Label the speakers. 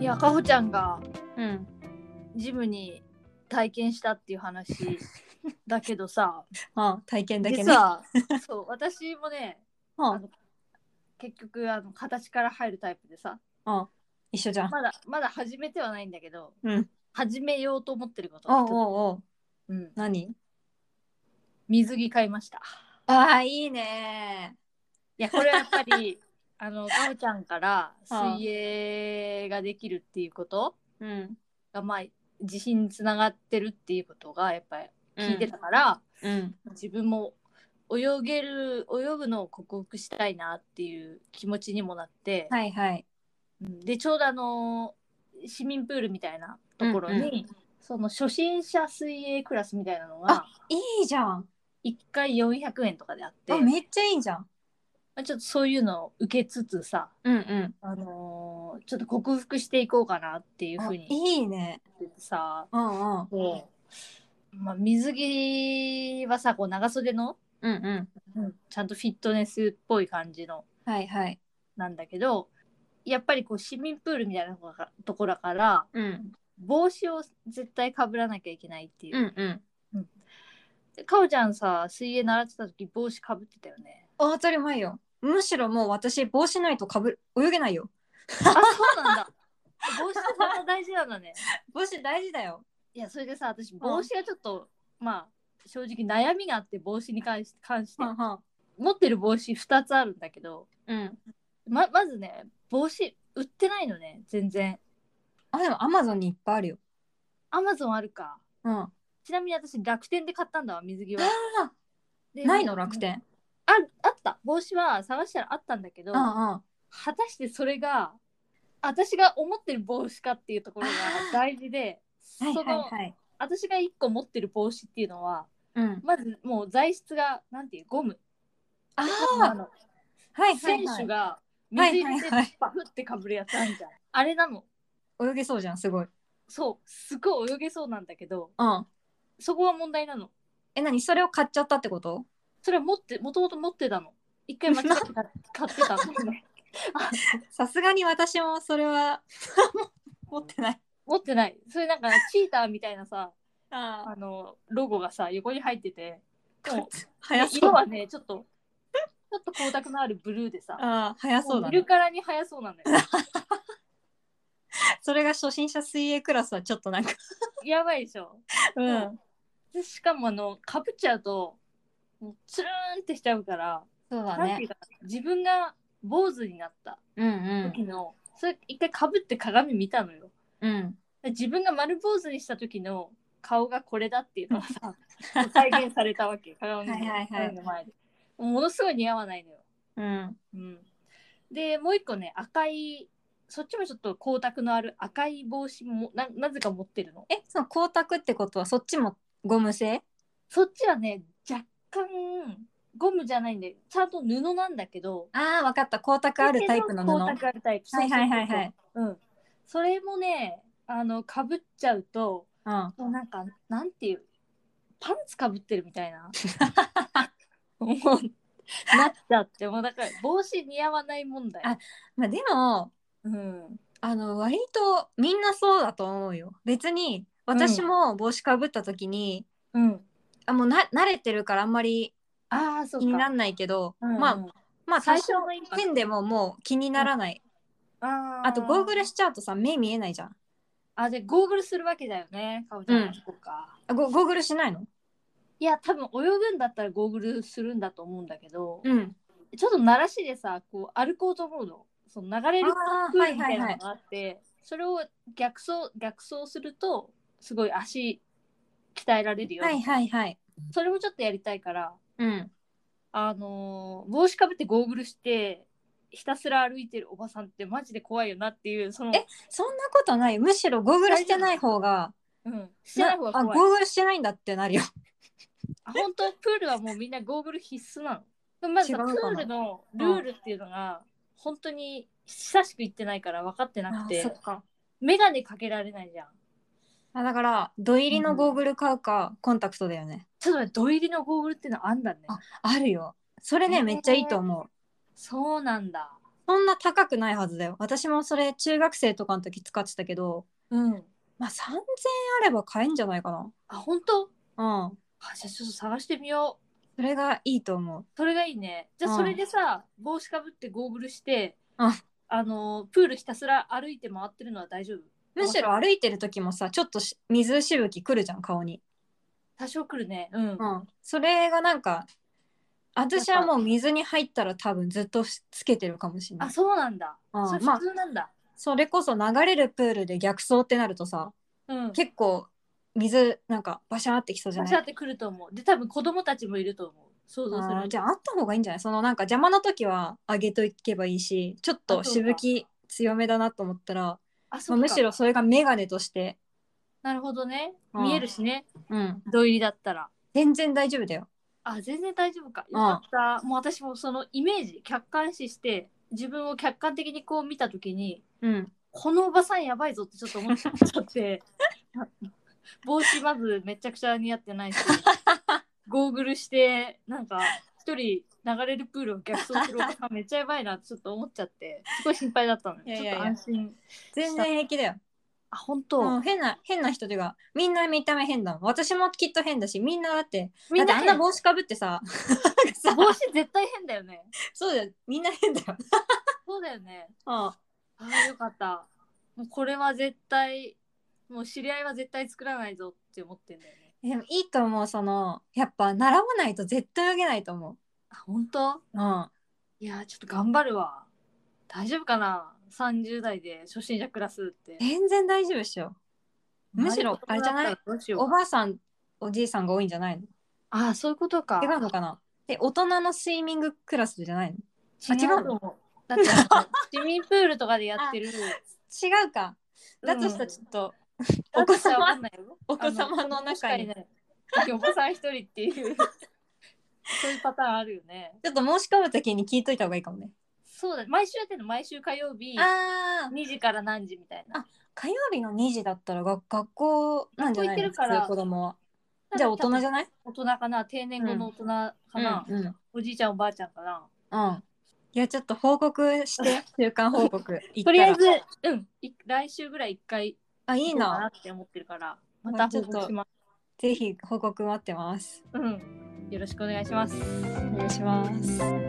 Speaker 1: いやかほちゃんが
Speaker 2: うん。
Speaker 1: ジムに体験したっていう話だけどさ
Speaker 2: あ体験 だけね。
Speaker 1: 実はそう私もね
Speaker 2: あ
Speaker 1: あの結局あの形から入るタイプでさ
Speaker 2: あ一緒じゃん。
Speaker 1: まだまだ始めてはないんだけど、
Speaker 2: うん
Speaker 1: 始めようと思ってることが一
Speaker 2: おう
Speaker 1: つ
Speaker 2: おうおう。
Speaker 1: うん、
Speaker 2: 何
Speaker 1: 水着買いました
Speaker 2: ああ、いいね
Speaker 1: いやこれはやっぱり あのかほちゃんから水泳ができるっていうこと
Speaker 2: うん。
Speaker 1: がまあ自信につながってるっていうことがやっぱり聞いてたから、
Speaker 2: うん。
Speaker 1: 自分も泳げる泳ぐのを克服したいなっていう気持ちにもなって、
Speaker 2: はいはい。
Speaker 1: うんでちょうどあの市民プールみたいなところに、
Speaker 2: うんうん
Speaker 1: その初心者水泳クラスみたいなのが
Speaker 2: いいじゃん。
Speaker 1: 1回400円とかであって
Speaker 2: あ、めっちゃいいじゃん。
Speaker 1: まあちょっとそういうのを受けつつさ、
Speaker 2: うんうん。
Speaker 1: あのーちょっと克服していこうかなっていうふうに
Speaker 2: いいね。
Speaker 1: 思ってさ、
Speaker 2: うんうん。
Speaker 1: こうまあ、水着はさこう長袖の、
Speaker 2: うんうん。
Speaker 1: ちゃんとフィットネスっぽい感じの
Speaker 2: はいはい。
Speaker 1: なんだけどやっぱりこう市民プールみたいなとこがとこだから
Speaker 2: うん。
Speaker 1: 帽子を絶対かぶらなきゃいけないっていうう、
Speaker 2: んうん。
Speaker 1: かおちゃんさ水泳習ってた時帽子かぶってたよね
Speaker 2: あ当たり前よ。むしろもう私、帽子ないとかぶる、泳げないよ。
Speaker 1: あそうなんだ帽子ってそんな大事なんだね
Speaker 2: 帽子大事だよ。
Speaker 1: いやそれでさ私帽子がちょっと、まあ正直悩みがあって帽子に関し関して、
Speaker 2: はんはん。
Speaker 1: 持ってる帽子2つあるんだけど
Speaker 2: うん。
Speaker 1: ままずね帽子売ってないのね全然
Speaker 2: あ、でもアマゾンにいっぱいあるよ。
Speaker 1: アマゾンあるか
Speaker 2: うん。
Speaker 1: ちなみに私楽天で買ったんだわ水着は
Speaker 2: あ
Speaker 1: で
Speaker 2: ないの楽天。
Speaker 1: ああった帽子は探したらあったんだけど、
Speaker 2: うんうん。
Speaker 1: 果たしてそれが私が思ってる帽子かっていうところが大事でそ
Speaker 2: はい
Speaker 1: の、
Speaker 2: はいはい。
Speaker 1: 私が1個持ってる帽子っていうのは
Speaker 2: うん。
Speaker 1: まずもう材質がなんていうゴム
Speaker 2: あ
Speaker 1: あの
Speaker 2: はいはい
Speaker 1: 選
Speaker 2: は
Speaker 1: 手
Speaker 2: い。
Speaker 1: が
Speaker 2: は
Speaker 1: 水
Speaker 2: い
Speaker 1: 入
Speaker 2: はい
Speaker 1: れて
Speaker 2: はい
Speaker 1: パフってかぶるやつあるじゃん、あれなの
Speaker 2: 泳げそうじゃんすごい。
Speaker 1: そうすごい泳げそうなんだけど
Speaker 2: うん。
Speaker 1: そこが問題なの
Speaker 2: え何それを買っちゃったってこと？
Speaker 1: それは持ってもともと持ってたの一回間違 って買買ってたんだけど
Speaker 2: さすがに私もそれは 持ってない。
Speaker 1: 持ってないそれなんかチーターみたいなさ
Speaker 2: あ
Speaker 1: あのロゴがさ横に入っててでも
Speaker 2: 早そ
Speaker 1: 色
Speaker 2: う。
Speaker 1: はねちょっとちょっと光沢のあるブルーでさ
Speaker 2: あ早そうだ
Speaker 1: 見る
Speaker 2: ね。
Speaker 1: からに早そうなのよ
Speaker 2: それが初心者水泳クラスはちょっとなんか
Speaker 1: やばいでしょ
Speaker 2: う
Speaker 1: そ。でしかもあのかぶっちゃうともうつるーんってしちゃうから、
Speaker 2: そうだ
Speaker 1: なんてい
Speaker 2: ね
Speaker 1: う。か自分が坊主になった
Speaker 2: うんうん
Speaker 1: 時の、それ一回かぶって鏡見たのよ
Speaker 2: うん。
Speaker 1: で自分が丸坊主にした時の顔がこれだっていうのがさ 再現されたわけ鏡の
Speaker 2: はいはいはい
Speaker 1: 鏡の前でものすごい似合わないのよ
Speaker 2: うん。
Speaker 1: うん、でもう一個ね赤いそっちもちょっと光沢のある赤い帽子もななぜか持ってるの
Speaker 2: えその光沢ってことはそっちもゴム製？
Speaker 1: そっちはね若干ゴムじゃないんでちゃんと布なんだけど
Speaker 2: ああわかった光沢あるタイプの布。は
Speaker 1: 光沢あるタイプ
Speaker 2: いはいはいはい。
Speaker 1: そうそうそううん、それもねあのかぶっちゃうと
Speaker 2: うん。
Speaker 1: もうなんかなんていうパンツかぶってるみたい なもうなっちゃってもうだから帽子似合わない問題
Speaker 2: あまあでも
Speaker 1: うん
Speaker 2: あの割とみんなそうだと思うよ別に私も帽子かぶった時に、
Speaker 1: うん
Speaker 2: あもうな慣れてるからあんまり
Speaker 1: ああそう
Speaker 2: 気
Speaker 1: か
Speaker 2: になんないけど、まあまあ
Speaker 1: 最初
Speaker 2: 最初
Speaker 1: の
Speaker 2: の
Speaker 1: インパクト
Speaker 2: 点でももう気にならない、
Speaker 1: あ
Speaker 2: あとゴーグル
Speaker 1: し
Speaker 2: しちゃうとさ目見えないじゃん
Speaker 1: あでゴーグルするわけだよねかおちゃんは
Speaker 2: うん
Speaker 1: そこか、
Speaker 2: あゴゴーグルしないの
Speaker 1: いや多分泳ぐんだったらゴーグルするんだと思うんだけど、
Speaker 2: うん
Speaker 1: ちょっと慣らしでさこう歩こうと思うのその流れる
Speaker 2: あ
Speaker 1: プー
Speaker 2: ーは
Speaker 1: ル
Speaker 2: い
Speaker 1: み
Speaker 2: は
Speaker 1: た
Speaker 2: い
Speaker 1: い
Speaker 2: は
Speaker 1: なの
Speaker 2: い
Speaker 1: があって、それを逆走逆走するとすごい足鍛えられるよ、
Speaker 2: はいはいはい
Speaker 1: それもちょっとやりたいから
Speaker 2: うん
Speaker 1: あのー帽子かぶってゴーグルしてひたすら歩いてるおばさんってマジで怖いよなっていうその
Speaker 2: えそんなことないよむしろゴーグルしてない方が
Speaker 1: うんしてない方が
Speaker 2: なあ
Speaker 1: 怖い
Speaker 2: ゴーグルしてないんだってなるよ
Speaker 1: あ本当プールはもうみんなゴーグル必須なの。でもまずさ
Speaker 2: 違う
Speaker 1: プ
Speaker 2: のかな
Speaker 1: ールのルールっていうのが本当に久しく行ってないから分かってなくて
Speaker 2: っか
Speaker 1: 眼鏡かけられないじゃん。
Speaker 2: あだから土入りのゴーグル買うか、コンタクトだよね
Speaker 1: ちょっと待って土入りのゴーグルっていうのあんだね
Speaker 2: ああるよそれね、
Speaker 1: へー
Speaker 2: めっちゃいいと思う
Speaker 1: そうなんだ
Speaker 2: そんな高くないはずだよ私もそれ中学生とかの時使ってたけど
Speaker 1: うん
Speaker 2: まあ3000円あれば買えんじゃないか
Speaker 1: あ本当
Speaker 2: なうん
Speaker 1: あじゃあちょっと探してみよう
Speaker 2: それがいいと思う
Speaker 1: それがいいねじゃ
Speaker 2: う
Speaker 1: あ
Speaker 2: ん
Speaker 1: それでさ、帽子かぶってゴーグルして
Speaker 2: うん
Speaker 1: あのプールひたすら歩いて回ってるのは大丈夫
Speaker 2: むしろ歩いてる時もさちょっとし水しぶき来るじゃん顔に、
Speaker 1: 多少来るねうん、
Speaker 2: うん、それがなんか私はもう水に入ったら多分ずっとしつけてるかもしれな
Speaker 1: あ
Speaker 2: い
Speaker 1: そうなんだ、
Speaker 2: うん
Speaker 1: それ
Speaker 2: まあ
Speaker 1: 普通なんだ、
Speaker 2: それこそ流れるプールで逆走ってなるとさ
Speaker 1: うん
Speaker 2: 結構水なんかバシャーってきそうじ
Speaker 1: バ
Speaker 2: ゃな
Speaker 1: シャっ
Speaker 2: い
Speaker 1: て来ると思うで多分子供たちもいると思う想像す
Speaker 2: あー
Speaker 1: る
Speaker 2: じゃああった方がいいんじゃないそのなんか邪魔な時は上げといけばいいしちょっとしぶき強めだなと思ったら、
Speaker 1: あ
Speaker 2: ま
Speaker 1: そ
Speaker 2: あ、
Speaker 1: う
Speaker 2: むしろそれが眼鏡として、
Speaker 1: なるほどね
Speaker 2: うん
Speaker 1: 見えるしね
Speaker 2: うん、
Speaker 1: 土入りだったら
Speaker 2: 全然大丈夫だよ。
Speaker 1: あ全然大丈夫か
Speaker 2: うん
Speaker 1: よかった、もう私もそのイメージ客観視して自分を客観的にこう見た時に
Speaker 2: うん、
Speaker 1: このおばさんやばいぞってちょっと思っちゃ って帽子まずめちゃくちゃ似合って ないしゴーグルしてなんか一人流れるプールを逆走するおばさんめっちゃやばいなってちょっと思っちゃってすごい心配だったのよ
Speaker 2: いやい
Speaker 1: ち
Speaker 2: や
Speaker 1: ょっ
Speaker 2: いや
Speaker 1: と安心
Speaker 2: 全然平気だよ。
Speaker 1: あ本当、
Speaker 2: もう変な変な人というかみんな見た目変だもん私もきっと変だしみんなだって
Speaker 1: みんな
Speaker 2: だっ
Speaker 1: 変
Speaker 2: てあんな帽子かぶっ てささ
Speaker 1: 帽子絶対変だよね
Speaker 2: そうだよみんな変だよ。
Speaker 1: そうだよね
Speaker 2: うん
Speaker 1: ああよかったもうこれは絶対もう知り合いは絶対作らないぞって思ってんだよね
Speaker 2: でもいいと思うそのやっぱ習わないと絶対泳げないと思
Speaker 1: あ本当
Speaker 2: う。うん
Speaker 1: いやーちょっと頑張るわ大丈夫かな30代で初心者クラスって
Speaker 2: 全然大丈夫っしょ。むしろあれじゃない
Speaker 1: どうしよう
Speaker 2: おばあさんおじいさんが多いんじゃないの
Speaker 1: あーそういうことか
Speaker 2: 違うのかなで大人のスイミングクラスじゃないのあ違
Speaker 1: 違
Speaker 2: う
Speaker 1: うと思う だってあの市民プールとかでやってる
Speaker 2: 違うかだとしたらちょっ
Speaker 1: う
Speaker 2: と、
Speaker 1: ん
Speaker 2: お
Speaker 1: だと
Speaker 2: 子様
Speaker 1: したらわかんないよ
Speaker 2: お子様の中に
Speaker 1: あの確かにねお子さん一人っていう そういうパターンあるよね
Speaker 2: ちょっと申し込む時に聞いといた方がいいかもね。
Speaker 1: そうだ毎週やってんの毎週火曜日
Speaker 2: ああ
Speaker 1: 2時から何時みたいな
Speaker 2: あ火曜日の2時だったらが学校なんじゃ
Speaker 1: 学校行っ
Speaker 2: ないの
Speaker 1: てるから
Speaker 2: 普通子供は。じゃあ大人じゃない
Speaker 1: 大人かな定年後の大人かな、
Speaker 2: うん、うん
Speaker 1: おじいちゃんおばあちゃんかな
Speaker 2: うん。いや、ちょっと報告 して、週間報告。
Speaker 1: とりあえ
Speaker 2: 行
Speaker 1: ず
Speaker 2: ったら、
Speaker 1: うん、い来週ぐらい一回
Speaker 2: あ、い
Speaker 1: 行
Speaker 2: い
Speaker 1: こうかな
Speaker 2: な。
Speaker 1: って思ってるから、また報告します。
Speaker 2: ぜひ報告待ってます。
Speaker 1: うん、よろしくお願いします。
Speaker 2: お願いします。